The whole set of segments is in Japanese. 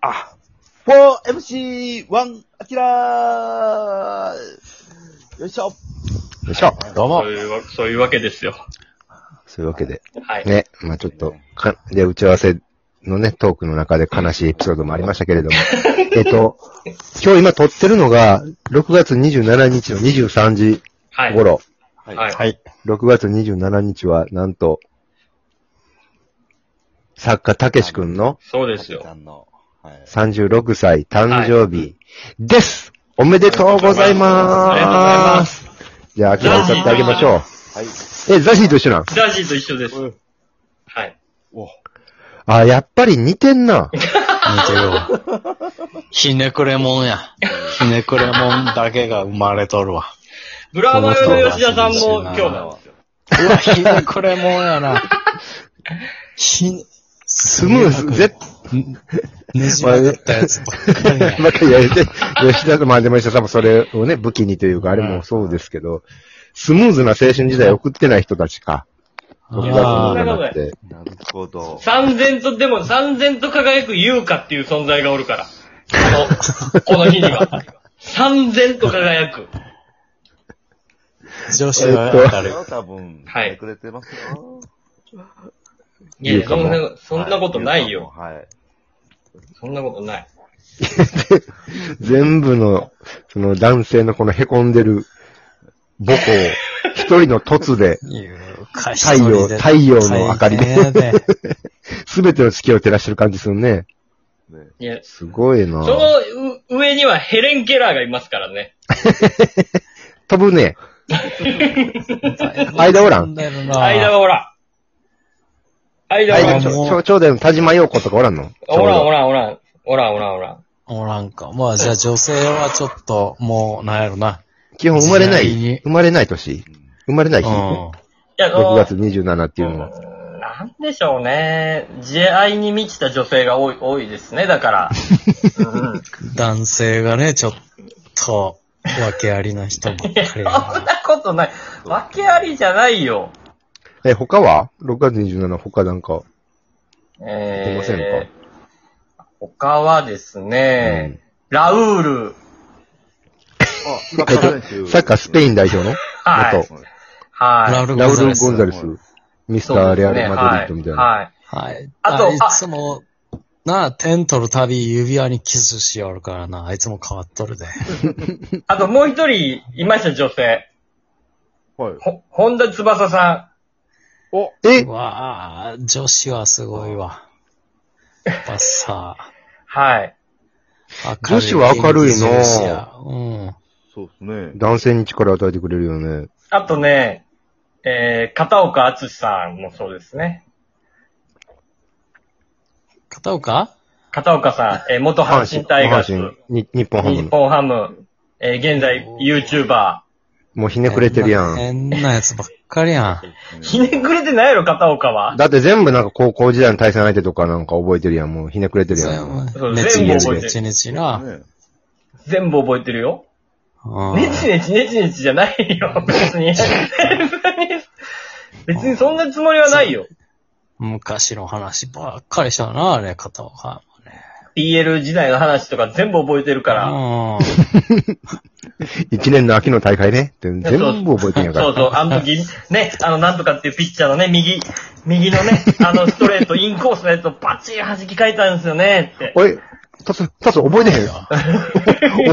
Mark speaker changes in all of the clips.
Speaker 1: あ、4MC1 アキラーよいしょ
Speaker 2: よいしょ、どうも
Speaker 3: そう。いうわ、そういうわけですよ。
Speaker 2: そういうわけで、
Speaker 3: はい。
Speaker 2: ね、まあちょっと、か、で、打ち合わせのね、トークの中で悲しいエピソードもありましたけ れども、えっと、今日今撮ってるのが、6月27日の23時
Speaker 3: はい。
Speaker 2: 頃、
Speaker 3: はい。
Speaker 4: はい。
Speaker 2: 6月27日は、なんと、作家たけし君の
Speaker 3: そうですよ
Speaker 4: さ。んの、はい。
Speaker 2: 36歳誕生日です、おめでとうございます
Speaker 3: ありがとうございます。
Speaker 2: じゃあ、アキラ歌ってあげましょ
Speaker 4: はい。
Speaker 2: う。え、ザシーと一緒なん
Speaker 3: ダージーと一緒です。はい。
Speaker 4: お、
Speaker 2: あ、やっぱり似てんな。
Speaker 5: 似てるわ。ひねくれもんや。ひねくれもんだけが生まれとるわ。
Speaker 3: ブラマヨの吉田さんも今日なんですよ。
Speaker 5: うわ、ひねくれもんやな。ひ、
Speaker 2: スムーズ、絶
Speaker 5: ねじ曲がったやつばっかりや。
Speaker 2: ばっかりやれて、 吉田と、まあでも吉田さんもそれをね、武器にというか、あれもそうですけど、スムーズな青春時代を送ってない人たちか。
Speaker 5: い
Speaker 2: 6
Speaker 5: や
Speaker 2: 月27
Speaker 5: ー
Speaker 2: って。
Speaker 4: なるほど。
Speaker 3: 三千と、でも三千と輝く優香っていう存在がおるから。この、この日には。三千と輝く。
Speaker 5: 女子は当た
Speaker 4: あれ
Speaker 5: る。
Speaker 4: は多分、
Speaker 3: はい
Speaker 4: やってくれてますよ。
Speaker 3: いやいや、
Speaker 2: 優香
Speaker 3: そん
Speaker 2: も
Speaker 3: な、そんなことないよ。
Speaker 4: はい。はい
Speaker 3: そんなことない。
Speaker 2: 全部の、その男性のこの凹んでる母校、一人の凸で、
Speaker 5: 太
Speaker 2: 陽太陽の明かりで
Speaker 5: で。
Speaker 2: すべての月を照らしてる感じするね。
Speaker 4: ね
Speaker 3: いや、
Speaker 2: すごいな
Speaker 3: そのう上にはヘレン・ケラーがいますからね。
Speaker 2: 飛ぶね。間おらん。
Speaker 3: 間
Speaker 5: 間
Speaker 3: はほら。間はおら
Speaker 2: 間、
Speaker 3: ん
Speaker 2: ち
Speaker 5: 間
Speaker 2: ょ、ちょ、ちょうだいの田島陽子とかおらんの
Speaker 3: おらんおらんおらん。おらんおらんおらん。
Speaker 5: おらんか。まあじゃあ女性はちょっと、もう、なんやろな。
Speaker 2: 基本生まれな
Speaker 5: 時代
Speaker 2: い
Speaker 5: に、
Speaker 2: 生まれない年。生まれな
Speaker 5: う
Speaker 2: い日。
Speaker 5: ん。
Speaker 3: いや、そ
Speaker 2: 6
Speaker 3: の
Speaker 2: 月27っていうのは。
Speaker 3: うーんなんでしょうね。慈愛に満ちた女性が多い、多いですね、だから。うん
Speaker 5: 男性がね、ちょっと、わけありな人ばっかり や
Speaker 3: そん
Speaker 5: な。
Speaker 3: なことない。わけありじゃないよ。
Speaker 2: え、他は ?6 月27他なんか。出
Speaker 3: え
Speaker 2: ませんか
Speaker 3: 他はですね、ラウール。
Speaker 4: あ、サッカー選手
Speaker 2: サッカースペイン代表の
Speaker 3: はい。
Speaker 5: ラウ
Speaker 3: は
Speaker 5: ル・
Speaker 2: ラ
Speaker 5: ゴ
Speaker 2: ウ
Speaker 5: ンザレ
Speaker 2: ル・
Speaker 5: ス
Speaker 2: ゴンザレス。ミスター・レアル・マドリッドみたいな。
Speaker 3: はい。
Speaker 5: はい。
Speaker 3: あと
Speaker 5: い
Speaker 3: あ
Speaker 5: つも、なあ、点取るたび指輪にキスしよるからな、あいつも変わっとるで。
Speaker 3: はいあともう一人いました、女性。
Speaker 4: はい。
Speaker 3: ほ、本田翼さ
Speaker 4: お、
Speaker 2: え
Speaker 5: わあ、女子はすごいわ。やっぱ
Speaker 3: ん。
Speaker 5: さ、
Speaker 3: はい。
Speaker 5: 明るい
Speaker 2: 女子は明るいな
Speaker 5: 女子やうん。
Speaker 4: そうですね。
Speaker 2: 男性に力を与えてくれるよね。
Speaker 3: あとね、えー、片岡敦さんもそうですね。
Speaker 5: 片岡
Speaker 3: 片岡さん、えー元阪神タイガース。
Speaker 2: 阪神に日本ハム
Speaker 3: 日
Speaker 2: の。
Speaker 3: 本ハム、えー現在 YouTuber。
Speaker 2: もうひねくれてるやん。
Speaker 5: 変な変なやつばっかりや
Speaker 3: ひねくれてないやろ、片岡は。
Speaker 2: だって全部なんか高校時代の対戦相手とかなんか覚えてるやん。もうひねくれて
Speaker 5: ん。
Speaker 2: る
Speaker 5: そ
Speaker 2: や
Speaker 5: れ
Speaker 2: ん。
Speaker 5: も
Speaker 3: そう
Speaker 5: ねち
Speaker 3: 全
Speaker 5: ね
Speaker 3: 部
Speaker 5: ち
Speaker 3: 覚え
Speaker 5: ね
Speaker 3: て
Speaker 5: ちねちな。
Speaker 4: ね
Speaker 3: 全部覚えてるよ。
Speaker 5: うん
Speaker 3: ねちねちねちねちじゃな いよ、別に。 別にそんなつもりはないよ。
Speaker 5: 昔の話ばっかりしたな、あれ、片岡。
Speaker 3: PL 時代の話とか全部覚えてるから。
Speaker 5: うん。
Speaker 2: 一年の秋の大会ね。って全部覚えてんやか
Speaker 3: そうそう、あの時、ね、あの、なんとかっていうピッチャーのね、右、右のね、あの、ストレート、インコースのやつをバチーン弾き返ったんですよね、って
Speaker 2: ら。。おい、たつ、たつ覚えてへんわ。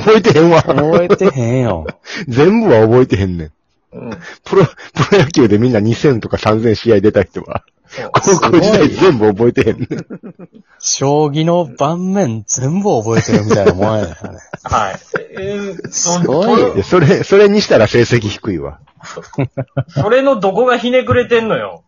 Speaker 2: 覚えてへんわ。
Speaker 5: 覚えてへんよ。
Speaker 2: 全部は覚えてへんねん。
Speaker 3: うん
Speaker 2: プロ、プロ野球でみんな2000とか3000試合出た人 は、
Speaker 3: そう
Speaker 2: 高校時代全部覚えてへんねん。
Speaker 5: 将棋の盤面全部覚えてるみたいなもんやからね。
Speaker 3: はい。えーそ
Speaker 5: ご
Speaker 2: いやそれ、それにしたら成績低いわ。
Speaker 3: それのどこがひねくれてんのよ。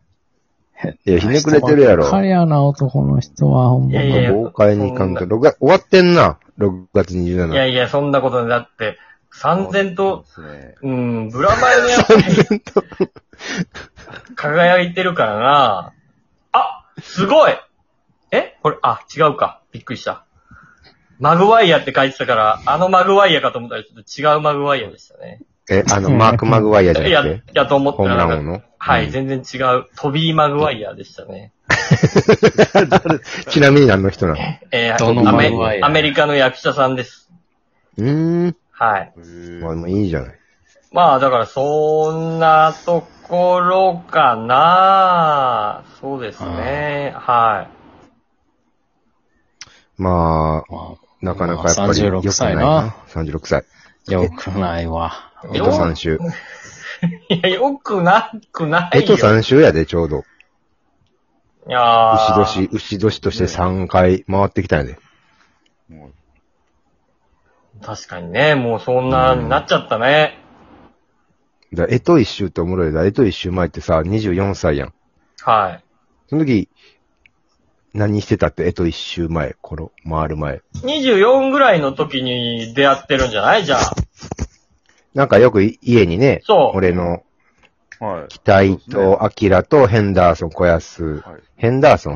Speaker 2: いや、ひねくれてるやろ。
Speaker 5: 彼やな、男の人は、ほん
Speaker 3: い
Speaker 5: ま
Speaker 3: やい
Speaker 5: に。
Speaker 3: や
Speaker 2: 豪快にいかんと。6月、終わってんな。6月27
Speaker 3: いやいや、そんなことないだって、三千と、
Speaker 4: そうですね。
Speaker 3: うん、ブラマヨのやつ に輝いてるからな。あ、すごいえこれ、あ、違うか。びっくりした。マグワイヤって書いてたから、あのマグワイヤかと思ったらちょっと違うマグワイヤでしたね。
Speaker 2: え、あの、マーク・マグワイアじゃ
Speaker 3: や
Speaker 2: なくて、、
Speaker 3: やと思った
Speaker 2: ホーム
Speaker 3: ら
Speaker 2: ラ
Speaker 3: な
Speaker 2: ン王
Speaker 3: んか、
Speaker 2: の。
Speaker 3: は
Speaker 2: う
Speaker 3: い、
Speaker 2: ん
Speaker 3: 全然違う。トビー・マグワイヤーでしたね。
Speaker 2: ちなみに何の人なの
Speaker 3: えー、
Speaker 5: どの
Speaker 3: アメ
Speaker 5: マグワイヤー
Speaker 3: アメリカの役者さんです。
Speaker 2: うーん。
Speaker 3: はい。
Speaker 2: まあ、まあいいじゃない。
Speaker 3: まあ、だから、そんなところかなそうですね。は
Speaker 2: まあ、
Speaker 5: まあ、
Speaker 2: なかなかやっぱり良くない
Speaker 5: 36歳
Speaker 2: な
Speaker 5: な。
Speaker 2: 36歳。
Speaker 5: よくないわ。
Speaker 2: えと3週。
Speaker 3: い。いや、よくなくないよ。
Speaker 2: えと3週やで、ちょうど。
Speaker 3: いや
Speaker 2: 牛年、
Speaker 3: ー
Speaker 2: 牛年として3回回ってきたんやで。
Speaker 4: も
Speaker 3: 確かにね、もうそんなになっちゃったね。
Speaker 2: だえと1週っておもろいだ。えと1週前ってさ、24歳やん。
Speaker 3: はい。
Speaker 2: その時、何してたって、えと1週前、この、回る前。
Speaker 3: 24ぐらいの時に出会ってるんじゃないじゃあ。
Speaker 2: なんかよくい家にね、
Speaker 3: そう。
Speaker 2: 俺の
Speaker 4: うはい。
Speaker 2: 期待と、アキラとヘンダーソン、小安。
Speaker 4: はい。
Speaker 2: ヘンダーソン、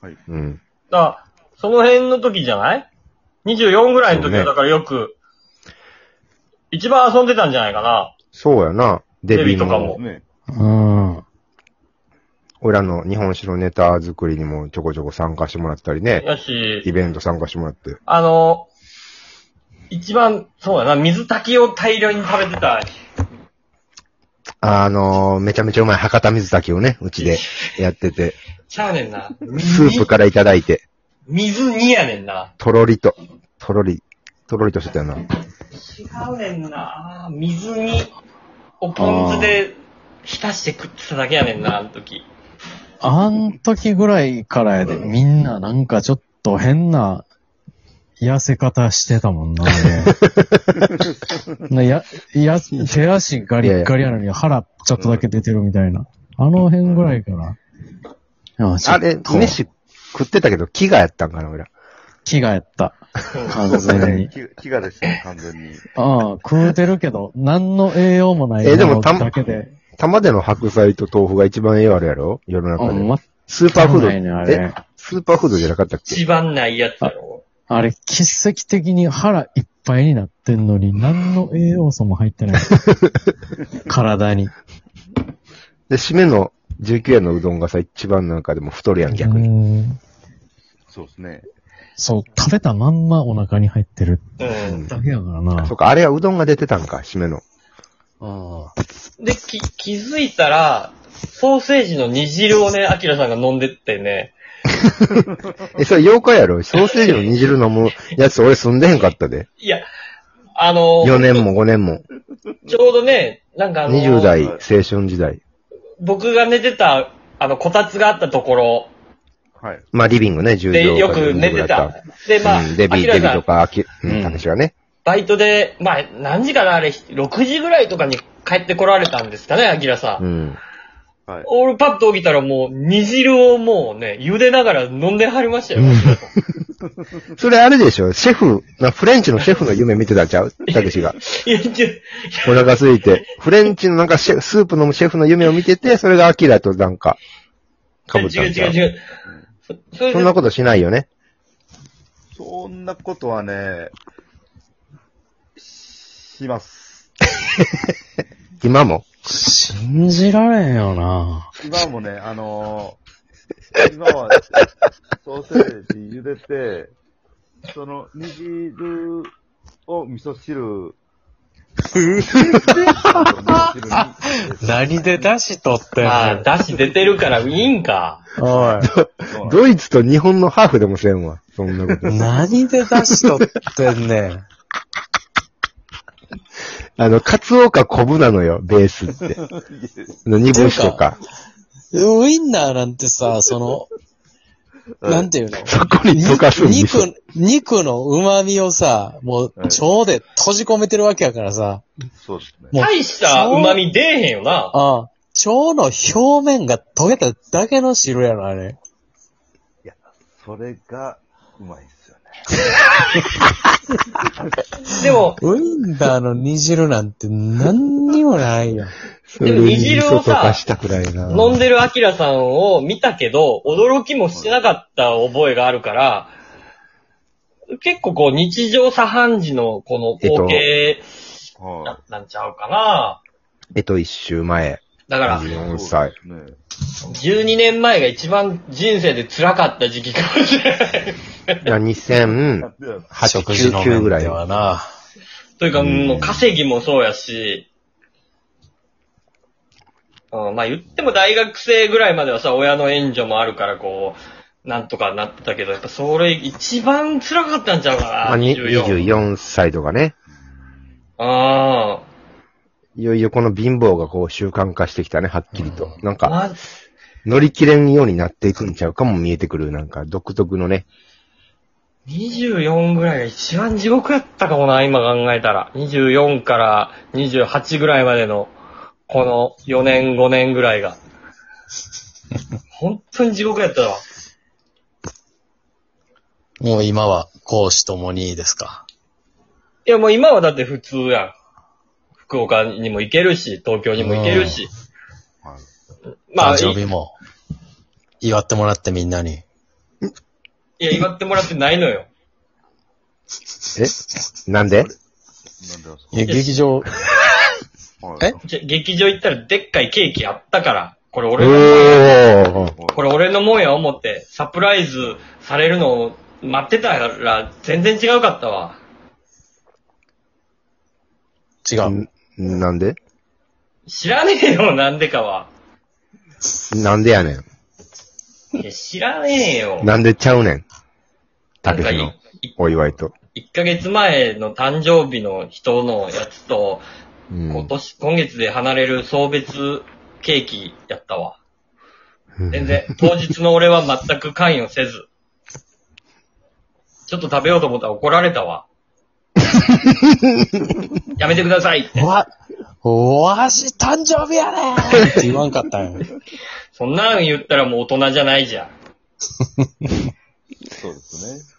Speaker 4: はい。
Speaker 2: うん。
Speaker 3: だその辺の時じゃない ?24 ぐらいの
Speaker 2: そ
Speaker 3: 時
Speaker 2: う
Speaker 3: は
Speaker 2: ね
Speaker 3: だからよく、一番遊んでたんじゃないかな。
Speaker 2: そうやな。デビュー
Speaker 3: デビとか
Speaker 2: も
Speaker 3: も、
Speaker 4: ね。
Speaker 5: うん。
Speaker 2: 俺らの日本史のネタ作りにもちょこちょこ参加してもらったりね、
Speaker 3: や
Speaker 2: イ
Speaker 3: し、
Speaker 2: ベント参加してもらって。
Speaker 3: あの、一番、そうだな、水炊きを大量に食べてた。
Speaker 2: あのー、めちゃめちゃうまい博多水炊きをね、うちでやってて、
Speaker 3: ちゃうねんな。
Speaker 2: スープからいただいて、
Speaker 3: 水煮やねんな。
Speaker 2: とろりと、とろり、とろりとしてたよな。
Speaker 3: 違うねんな。水煮をポン酢で浸して食ってただけやねんな、あの時。
Speaker 5: あん時ぐらいからやで、みんななんかちょっと変な、痩せ方してたもんな、 俺なや、や、手足ガリッガリやのに腹ちょっとだけ出てるみたいな。あの辺ぐらいから。あ
Speaker 2: あれ、飯食ってたけど、飢餓やったんかな、俺ら。
Speaker 5: 気がや った。完全に。
Speaker 4: 飢飢餓でしたね、完全に。
Speaker 5: ああ、食うてるけど、何の栄養もない
Speaker 2: えでも
Speaker 5: もの
Speaker 2: たま
Speaker 5: だけで。
Speaker 2: 玉での白菜と豆腐が一番栄養あるやろ世の中
Speaker 5: う
Speaker 2: で。
Speaker 5: ん、
Speaker 2: スーパーフード、
Speaker 5: ないねあ
Speaker 2: え
Speaker 5: れ、
Speaker 2: スーパーフードじゃなかったっけ
Speaker 3: 一番ないやつだろ。
Speaker 5: あれ、奇跡的に腹いっぱいになってんのに、何の栄養素も入ってない。体に。
Speaker 2: で、締めの19円のうどんがさ、一番なんかでも太るやん、逆に。
Speaker 5: に。
Speaker 4: そうですね。
Speaker 5: そう、食べたまんまお腹に入ってる
Speaker 3: うん。
Speaker 5: だけやからな。
Speaker 2: そうか、あれはうどんが出てたんか、締めの。
Speaker 5: う
Speaker 3: で、き、気づいたら、ソーセージの煮汁をね、アキラさんが飲んでってね。
Speaker 2: え、それ8日やろソーセージの煮汁飲むやつ俺住んでへんかったで。
Speaker 3: いや、あの、
Speaker 2: 4年も5年も。
Speaker 3: ちょうどね、なんかあの、
Speaker 2: 20代、青春時代。
Speaker 3: 僕が寝てた、あの、こたつがあったところ
Speaker 4: はい。
Speaker 2: まあ、リビングね、10
Speaker 3: で
Speaker 2: 畳
Speaker 3: よく寝てた。。で、ま
Speaker 2: う
Speaker 3: あ、
Speaker 2: ん、デ
Speaker 3: ア
Speaker 2: ビ、
Speaker 3: キ
Speaker 2: デ
Speaker 3: ラ
Speaker 2: ビ
Speaker 3: さ
Speaker 2: と
Speaker 3: ん、
Speaker 2: か、あき、う、
Speaker 5: うんん
Speaker 2: たけしがね。
Speaker 3: バイトで、まあ、何時かな、あれ、6時ぐらいとかに帰ってこられたんですかね、アキラさ。
Speaker 2: うんん。
Speaker 4: はい。
Speaker 3: 俺パッと起きたらもう、煮汁をもうね、茹でながら飲んではりましたよ。
Speaker 2: それあれでしょシェフ、なフレンチのシェフの夢見てたんちゃ うたけしが。
Speaker 3: いや、ちょ
Speaker 2: お腹空いて。フレンチのなんかシェフスープ飲むシェフの夢を見てて、それがアキラとなんか、かぶった
Speaker 3: 違うん
Speaker 2: ちゃ
Speaker 3: 違う
Speaker 2: う。
Speaker 3: 違う。そそれ
Speaker 2: そ
Speaker 3: で
Speaker 2: んなことしないよね。
Speaker 4: そんなことはね、します。
Speaker 2: 今も。
Speaker 5: 信じられんよな。
Speaker 4: 今もね、あのー、今は、ソーセージ茹でて、その煮汁を味噌汁、味噌汁
Speaker 5: 何で出しとってん
Speaker 3: まあ、だし出てるからいいんか。
Speaker 5: おい。
Speaker 4: に
Speaker 2: ドイツと日本のハーフでもせんわ。そんな こと。
Speaker 5: 何で出しとってんねん。
Speaker 2: あの、カツオか昆布なのよ、ベースって。あの煮干しとか。
Speaker 5: ウインナーなんてさ、その、
Speaker 4: はい
Speaker 5: なんていうの
Speaker 2: そこに溶かすんですよ。
Speaker 5: 肉、肉の旨味をさ、もう
Speaker 4: は、い
Speaker 5: 腸で閉じ込めてるわけやからさ、
Speaker 4: そうですね。
Speaker 5: もう
Speaker 3: 大した旨味出えへんよな。
Speaker 5: ああ、腸の表面が溶けただけの汁やろ、あれ。
Speaker 4: それが、うまいっすよね。
Speaker 3: でも、
Speaker 5: ウインナーの煮汁なんて何にもないよ。
Speaker 2: それに
Speaker 3: 煮汁をさ
Speaker 2: 味噌溶かしたくらいな。
Speaker 3: 飲んでるアキラさんを見たけど、驚きもしてなかった覚えがあるから、結構こう日常茶飯事のこの光景
Speaker 4: は
Speaker 3: ななんちゃうかな。
Speaker 2: えっと、一周前、
Speaker 3: だから、
Speaker 4: い。
Speaker 2: 24歳。
Speaker 4: そうですね。
Speaker 3: 12年前が一番人生で辛かった時期かもしれない。
Speaker 2: いや2008、
Speaker 4: では
Speaker 2: 9、9ぐらい。
Speaker 6: はな。
Speaker 3: というか、
Speaker 2: うん
Speaker 3: もう稼ぎもそうやし、うん、まあ言っても大学生ぐらいまではさ、親の援助もあるから、こう、なんとかなってたけど、やっぱそれ一番辛かったんちゃうか
Speaker 2: ま
Speaker 3: な、
Speaker 2: あ、に
Speaker 3: 24。
Speaker 2: 24歳とかね。
Speaker 3: あ
Speaker 2: いよいよこの貧乏がこう習慣化してきたね、はっきりと。なん
Speaker 3: あ、
Speaker 2: か、
Speaker 3: ま
Speaker 2: 乗り切れんようになっていくんちゃうかも見えてくる、なんか独特のね。
Speaker 3: 24ぐらいが一番地獄やったかもな、今考えたら。24から28ぐらいまでの、この4年、5年ぐら いが。本当に地獄やったわ。
Speaker 6: もう今は、講師ともにですか。
Speaker 3: いや、もう今はだって普通やん。福岡にも行けるし、東京にも行けるし。まあ、い
Speaker 6: 誕生日も、祝ってもらってみんなに。
Speaker 3: いや、祝ってもらってないのよ。
Speaker 2: えなん
Speaker 4: なんでな
Speaker 2: で
Speaker 4: んです
Speaker 6: いや劇場、
Speaker 4: かはい
Speaker 6: え
Speaker 3: じゃ劇場行ったらでっかいケーキあったから、これ
Speaker 2: お
Speaker 3: 俺の、
Speaker 2: ー
Speaker 3: これ俺のもんや思って、サプライズされるのを待ってたら全然違うかったわ。
Speaker 6: 違う。
Speaker 2: んなんで
Speaker 3: 知らねえよ、 なんでかは。
Speaker 2: なんでやねん。
Speaker 3: いや、知らねえよ。
Speaker 2: なんでちゃうねん。
Speaker 3: な
Speaker 2: た
Speaker 3: ん
Speaker 2: け
Speaker 3: か
Speaker 2: し
Speaker 3: い
Speaker 2: の
Speaker 3: い
Speaker 2: お祝いと。
Speaker 3: 一ヶ月前の誕生日の人のやつと、
Speaker 2: う
Speaker 3: 今
Speaker 2: ん。
Speaker 3: 年、今月で離れる送別ケーキやったわ。全然、当日の俺は全く関与せず。ちょっと食べようと思ったら怒られたわ。やめてくださいって。
Speaker 6: わ、わし誕生日やねんって言わんかったんよ。
Speaker 3: そんなん言ったらもう大人じゃないじゃん。
Speaker 4: そうですね。